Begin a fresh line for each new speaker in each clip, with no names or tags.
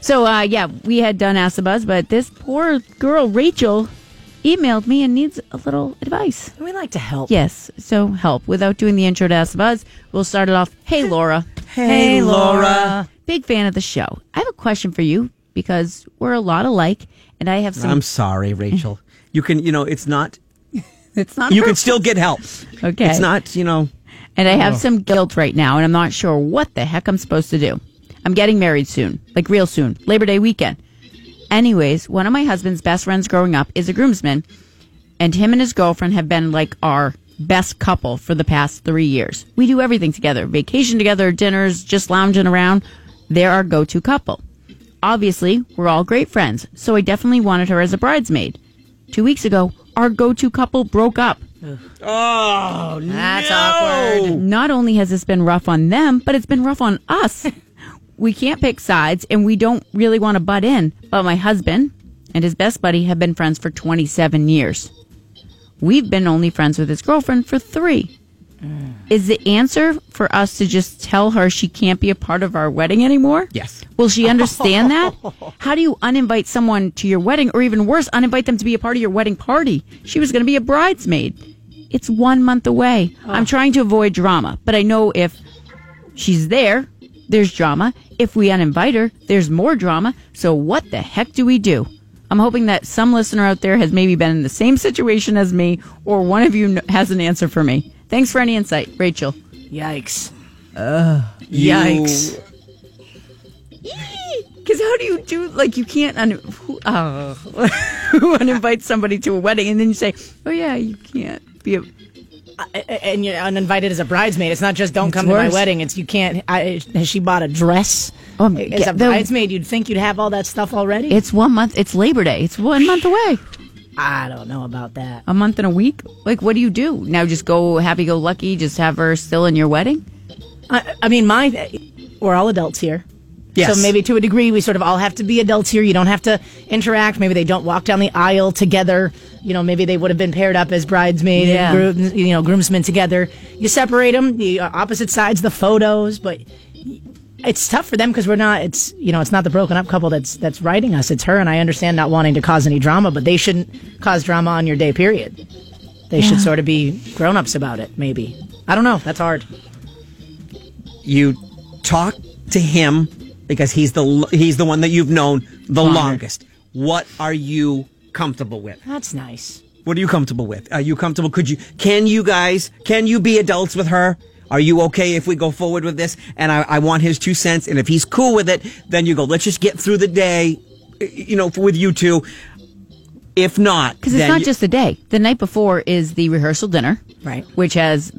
so uh, yeah, we had done Ask the Buzz, but this poor girl Rachel emailed me and needs a little advice.
We like to help.
Yes, so help. Without doing the intro to Ask the Buzz, we'll start it off. Hey Laura.
Hey, Laura.
Big fan of the show. I have a question for you because we're a lot alike, and I have some.
I'm sorry, Rachel. You can, you know, it's not.
it's not.
You can still get help.
Okay.
It's not, you know.
and I have some guilt right now, and I'm not sure what the heck I'm supposed to do. I'm getting married soon, like real soon, Labor Day weekend. Anyways, one of my husband's best friends growing up is a groomsman, and him and his girlfriend have been like our best couple for the past three years. We do everything together vacation together, dinners, just lounging around. They're our go to couple. Obviously, we're all great friends, so I definitely wanted her as a bridesmaid. Two weeks ago, our go to couple broke up.
Oh,
That's awkward.
Not only has this been rough on them, but it's been rough on us. we can't pick sides and we don't really want to butt in. But my husband and his best buddy have been friends for 27 years. We've been only friends with his girlfriend for three. Is the answer for us to just tell her she can't be a part of our wedding anymore?
Yes.
Will she understand that? How do you uninvite someone to your wedding, or even worse, uninvite them to be a part of your wedding party? She was going to be a bridesmaid. It's one month away. I'm trying to avoid drama, but I know if she's there, there's drama. If we uninvite her, there's more drama. So what the heck do we do? I'm hoping that some listener out there has maybe been in the same situation as me, or one of you kn- has an answer for me. Thanks for any insight, Rachel.
Yikes.
You-
Yikes.
Because how do you do? Like you can't un- who, uh, who uninvites somebody to a wedding and then you say, "Oh yeah, you can't be a."
A- And you're uninvited as a bridesmaid. It's not just don't come to my
worse.
wedding. It's you can't. I, has she bought a dress?
Oh, my
as a
God. The-
bridesmaid, you'd think you'd have all that stuff already.
It's one month. It's Labor Day. It's one month away.
I don't know about that.
A month and a week. Like what do you do now? Just go happy go lucky. Just have her still in your wedding.
I, I mean, my we're all adults here.
Yes.
So maybe to a degree, we sort of all have to be adults here. You don't have to interact. Maybe they don't walk down the aisle together. You know, maybe they would have been paired up as bridesmaid
Yeah.
and groom, you know groomsmen together. You separate them. The uh, opposite sides, the photos, but it's tough for them because we're not. It's you know, it's not the broken up couple that's that's writing us. It's her, and I understand not wanting to cause any drama, but they shouldn't cause drama on your day. Period. They should sort of be grown ups about it. Maybe I don't know. That's hard.
you talk to him because he's the l- he's the one that you've known the longest. What are you comfortable with?
That's nice.
What are you comfortable with? Are you comfortable? Could you? Can you guys? Can you be adults with her? Are you okay if we go forward with this? And I, I want his two cents. And if he's cool with it, then you go. Let's just get through the day, y- you know, with you two. If not,
Because it's not just the day. The night before is the rehearsal dinner,
Right.
Which has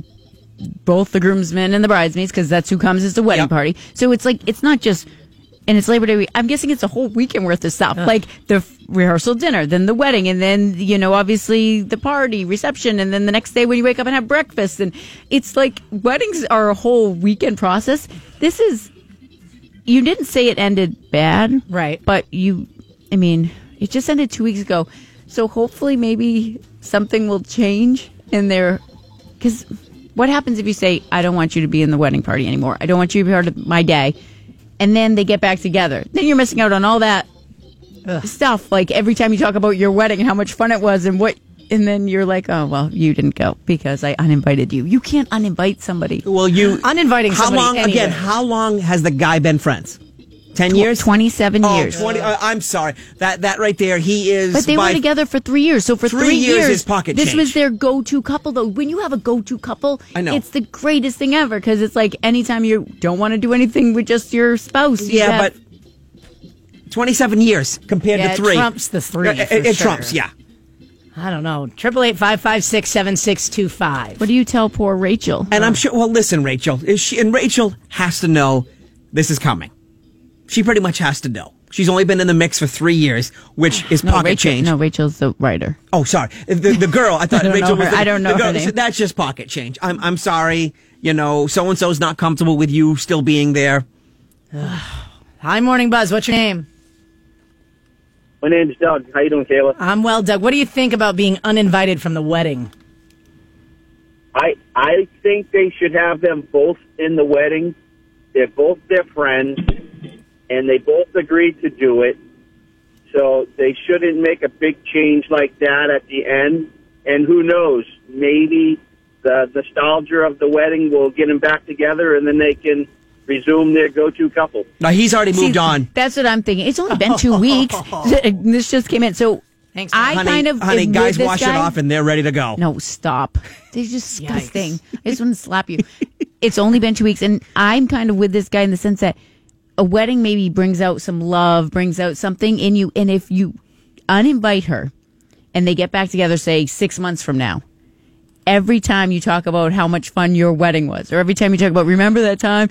both the groomsmen and the bridesmaids, because that's who comes is the wedding
Yep.
party. So it's like it's not just, and it's Labor Day. Week. I'm guessing it's a whole weekend worth of stuff, like the f- rehearsal dinner, then the wedding, and then you know obviously the party reception, and then the next day when you wake up and have breakfast, and it's like weddings are a whole weekend process. This is, you didn't say it ended bad,
Right.
But you, I mean, it just ended two weeks ago. So hopefully, maybe something will change in their. Because what happens if you say, I don't want you to be in the wedding party anymore? I don't want you to be part of my day. And then they get back together. Then you're missing out on all that stuff. Like every time you talk about your wedding and how much fun it was and what. And then you're like, oh, well, you didn't go because I uninvited you. You can't uninvite somebody.
well, you
Uninviting
How
somebody
long
anywhere.
again? How long has the guy been friends? Ten years?
27
Oh,
years.
20 uh, I'm sorry. That that right there. He is.
But they
by
were together for three years. So for three,
Three years is pocket
This
change.
was their go-to couple, though. When you have a go-to couple,
I know.
it's the greatest thing ever because it's like anytime you don't want to do anything with just your spouse. you
Yeah,
have-
but 27 years compared
Yeah,
to
it
three.
trumps the three,
Uh, It,
for
it
sure.
trumps, yeah.
I don't know. Triple eight five five six seven six two five.
what do you tell poor Rachel?
And I'm sure, well, listen, Rachel. Is she, and Rachel has to know this is coming. She pretty much has to know. She's only been in the mix for three years, which is pocket
Oh, Rachel,
change.
No, Rachel's the writer.
Oh, sorry. The, the girl. I thought
I don't
Rachel
know
was.
her-
The,
I don't know
the
her
girl,
name.
That's just pocket change. I'm, I'm sorry. You know, so and so's not comfortable with you still being there.
Hi, morning buzz. What's your name?
My name's Doug. How you doing, Kayla?
I'm well, Doug. What do you think about being uninvited from the wedding?
I I think they should have them both in the wedding. They're both their friends. and they both agreed to do it. So they shouldn't make a big change like that at the end. And who knows? Maybe the nostalgia of the wedding will get them back together, and then they can resume their go-to couple.
Now he's already
See,
moved on.
That's what I'm thinking. It's only been two weeks. This just came in. So
Thanks,
I
Honey,
kind of
honey,
ignored
guys,
this
wash it
guy.
off, and they're ready to go.
No, stop. They're just disgusting. I just want to slap you. It's only been two weeks, and I'm kind of with this guy in the sense that a wedding maybe brings out some love, brings out something in you. And if you uninvite her and they get back together, say, six months from now, every time you talk about how much fun your wedding was, or every time you talk about, remember that time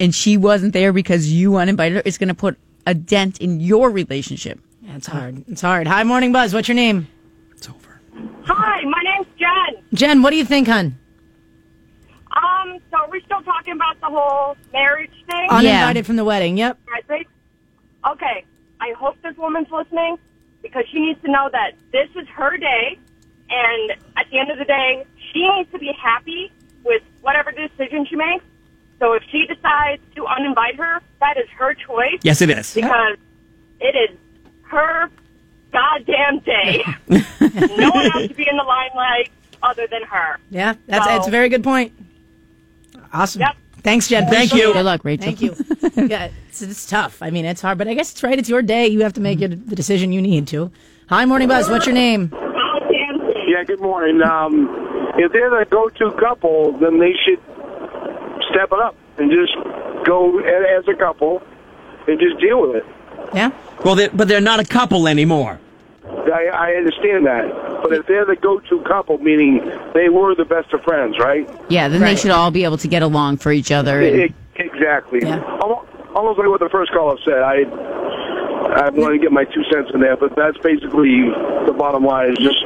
and she wasn't there because you uninvited her, it's going to put a dent in your relationship.
Yeah, it's hard. It's hard. Hi, Morning Buzz. What's your name?
It's over.
Hi, my name's Jen.
Jen, what do you think, hon?
Um, so we're still talking about the whole marriage thing,
Uninvited from the wedding. Yep.
right? babe? Okay, I hope this woman's listening because she needs to know that this is her day, and at the end of the day, she needs to be happy with whatever decision she makes. So if she decides to uninvite her, that is her choice
Yes, it is.
because it is her goddamn day. no one else should be in the limelight other than her.
Yeah. That's it's a very good point. Awesome.
Yep.
Thanks, Jen.
Thank
Appreciate
you.
it.
Good luck, Rachel.
Thank you. yeah, it's, it's tough. I mean, it's hard, but I guess it's right. It's your day. You have to make your, the decision you need to. Hi, Morning Buzz. What's your name?
Goddamn day.
Yeah, good morning. Um, if they're the go-to couple, then they should step it up and just go a- as a couple and just deal with it.
Yeah.
Well, they, but they're not a couple anymore.
I, I understand that, but if they're the go-to couple, meaning they were the best of friends, right?
Yeah, then they
Right.
should all be able to get along for each other.
E-
And,
e- exactly.
Yeah.
Al- Almost like what the first caller said. I I want to get my two cents in there, but that's basically the bottom line. Is just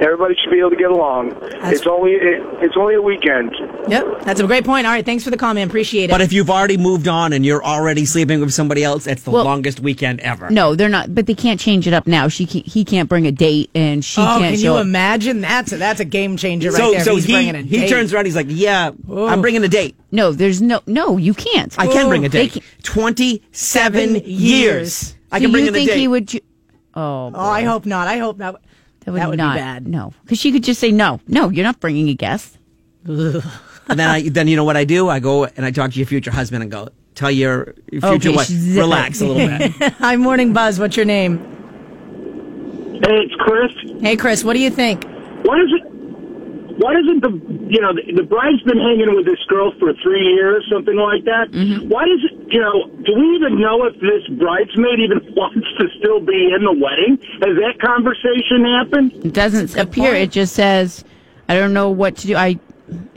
everybody should be able to get along. it's only it, it's only a weekend.
Yep. That's a great point. All right. Thanks for the comment. Appreciate it.
But if you've already moved on and you're already sleeping with somebody else, it's the
Well-
longest weekend ever.
No, they're not. But they can't change it up now. She can't, he can't bring a date, and she
oh,
can't
can
show
you
up.
imagine? That's a, that's a game changer right
so
there.
so
He's
he
bringing a
he
date.
turns around. He's like, "Yeah, I'm bringing a date.
No, there's no. No, you can't.
I can bring a
They
date. Twenty seven
Seven
years.
years.
I
So
can bring
you
in a
think
date."
he would? ju- Oh,
Oh, I hope not. I hope not.
that would,
that would be
not,
bad.
No, because she could just say no. No, you're not bringing a guest.
and then I then you know what I do? I go and I talk to your future husband and go tell your future
Okay,
wife
she's-
relax a little bit.
Hi, Morning Buzz. What's your name?
Hey, it's Chris.
Hey, Chris. What do you think?
Why is it? Why doesn't the you know the, the bride's been hanging with this girl for three years, something like that? Why does it? You know, do we even know if this bridesmaid even wants to still be in the wedding? Has that conversation happened?
It doesn't appear.
point.
It just says, I don't know what to do. I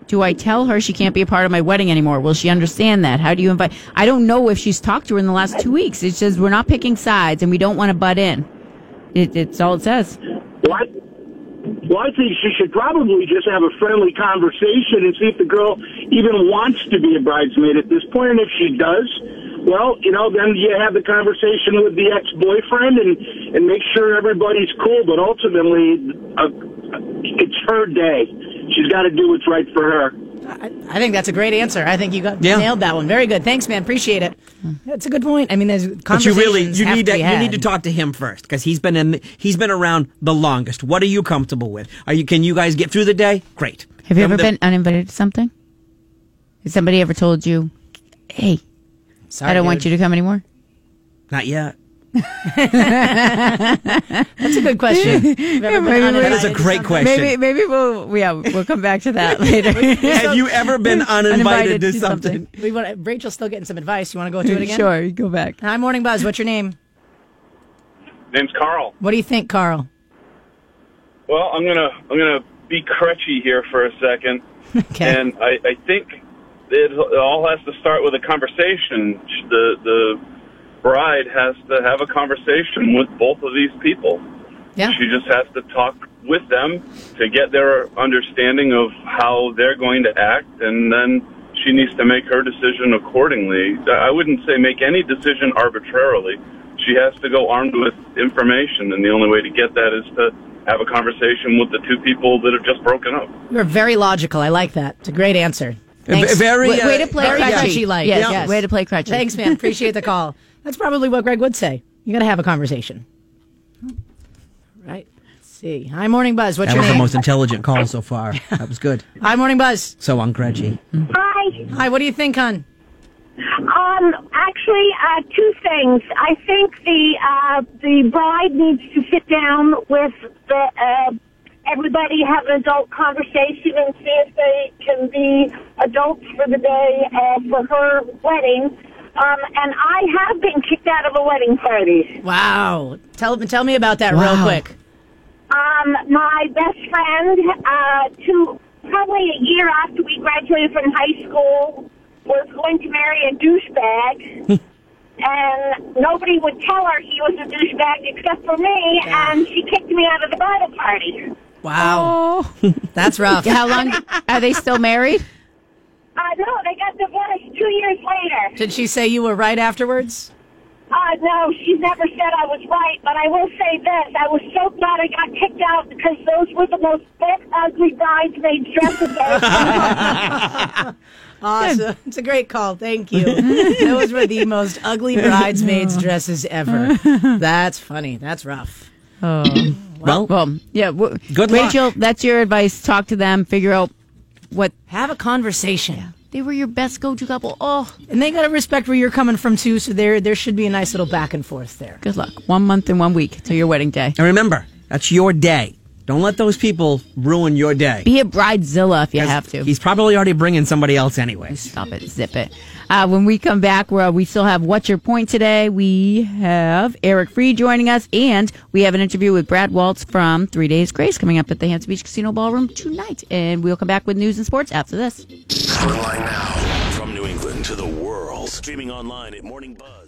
do I tell her she can't be a part of my wedding anymore? Will she understand that? How do you invite? I don't know if she's talked to her in the last two weeks. It says we're not picking sides, and we don't want to butt in. It, it's all it says.
Why? Well, I think she should probably just have a friendly conversation and see if the girl even wants to be a bridesmaid at this point. And if she does, well, you know, then you have the conversation with the ex-boyfriend and and make sure everybody's cool. But ultimately, uh, it's her day. She's got to do what's right for her.
I, I think that's a great answer. I think you got
Yeah.
nailed that one. Very good. Thanks, man. Appreciate it. That's a good point. I mean, there's
But you
conversations
really you
have
need
to
to
be
you
had.
need to talk to him first because he's been in he's been around the longest. What are you comfortable with? Are you can you guys get through the day? Great.
Have you
Then
ever
the-
been uninvited to something? Has somebody ever told you, "Hey,
Sorry,
I don't want you to come anymore"?
Not yet.
That's a good question. I've ever been
Maybe-
That is a
uninvited to
great
something.
question.
maybe we'll yeah we'll come back to that later.
Have you ever been uninvited,
Uninvited
to
to
something?
something.
We want Rachel's still getting some advice. You want to go through it again?
Sure, go back.
Hi, Morning Buzz. What's your name?
Name's Carl.
What do you think, Carl?
Well, I'm gonna I'm gonna be crutchy here for a second,
Okay.
and I, I think it, it all has to start with a conversation. The the bride has to have a conversation with both of these people.
yeah.
She just has to talk with them to get their understanding of how they're going to act, and then she needs to make her decision accordingly. I wouldn't say make any decision arbitrarily. She has to go armed with information, and the only way to get that is to have a conversation with the two people that have just broken up.
You're very logical. I like that. It's a great answer.
Very
Way,
uh,
way to play
very
crutchy.
crutchy-like.
Yes,
Yes.
way to play crutchy.
Thanks, man. Appreciate the call. That's probably what Greg would say. You got to have a conversation. Right. Let's see. Hi, Morning Buzz. What's
That
your
was the
name?
most intelligent call so far. That was good.
Hi, Morning Buzz.
So ungredgy.
Hi.
Hi, what do you think, hon?
Um, actually, uh, two things. I think the uh, the bride needs to sit down with the uh, everybody, have an adult conversation, and see if they can be adults for the day uh, for her wedding. Um, and I have been kicked out of a wedding party.
Wow. Tell, tell me about that real
Wow.
quick.
Um, my best friend, uh, two, probably a year after we graduated from high school, was going to marry a douchebag. and nobody would tell her he was a douchebag except for me, and she kicked me out of the bridal party.
Wow.
Oh,
That's rough.
how long are they still married?
Uh, no, they got divorced two years later.
Did she say you were right afterwards?
Uh, no, she never said I was right, but I will say this. I was so glad I got kicked out because those were the most fat, ugly bridesmaid dresses I've
Awesome. It's a great call. Thank you. Those were the most ugly bridesmaids' dresses ever. That's funny. That's rough.
Well,
Well, yeah. W-
Good luck.
Rachel, that's your advice. Talk to them. Figure out what
Have a conversation.
they were your best go-to couple. Oh,
And they gotta respect where you're coming from too, so there there should be a nice little back and forth there.
good luck. One month and one week till your wedding day.
and remember, that's your day. Don't let those people ruin your day.
Be a bridezilla if you have to.
He's probably already bringing somebody else, anyways.
Stop it, zip it. Uh, when we come back, where we still have what's your point today. We have Eric Free joining us, and we have an interview with Brad Waltz from Three Days Grace coming up at the Hampton Beach Casino Ballroom tonight. And we'll come back with news and sports after this.
Online now. From New England to the world. Streaming online at Morning Buzz.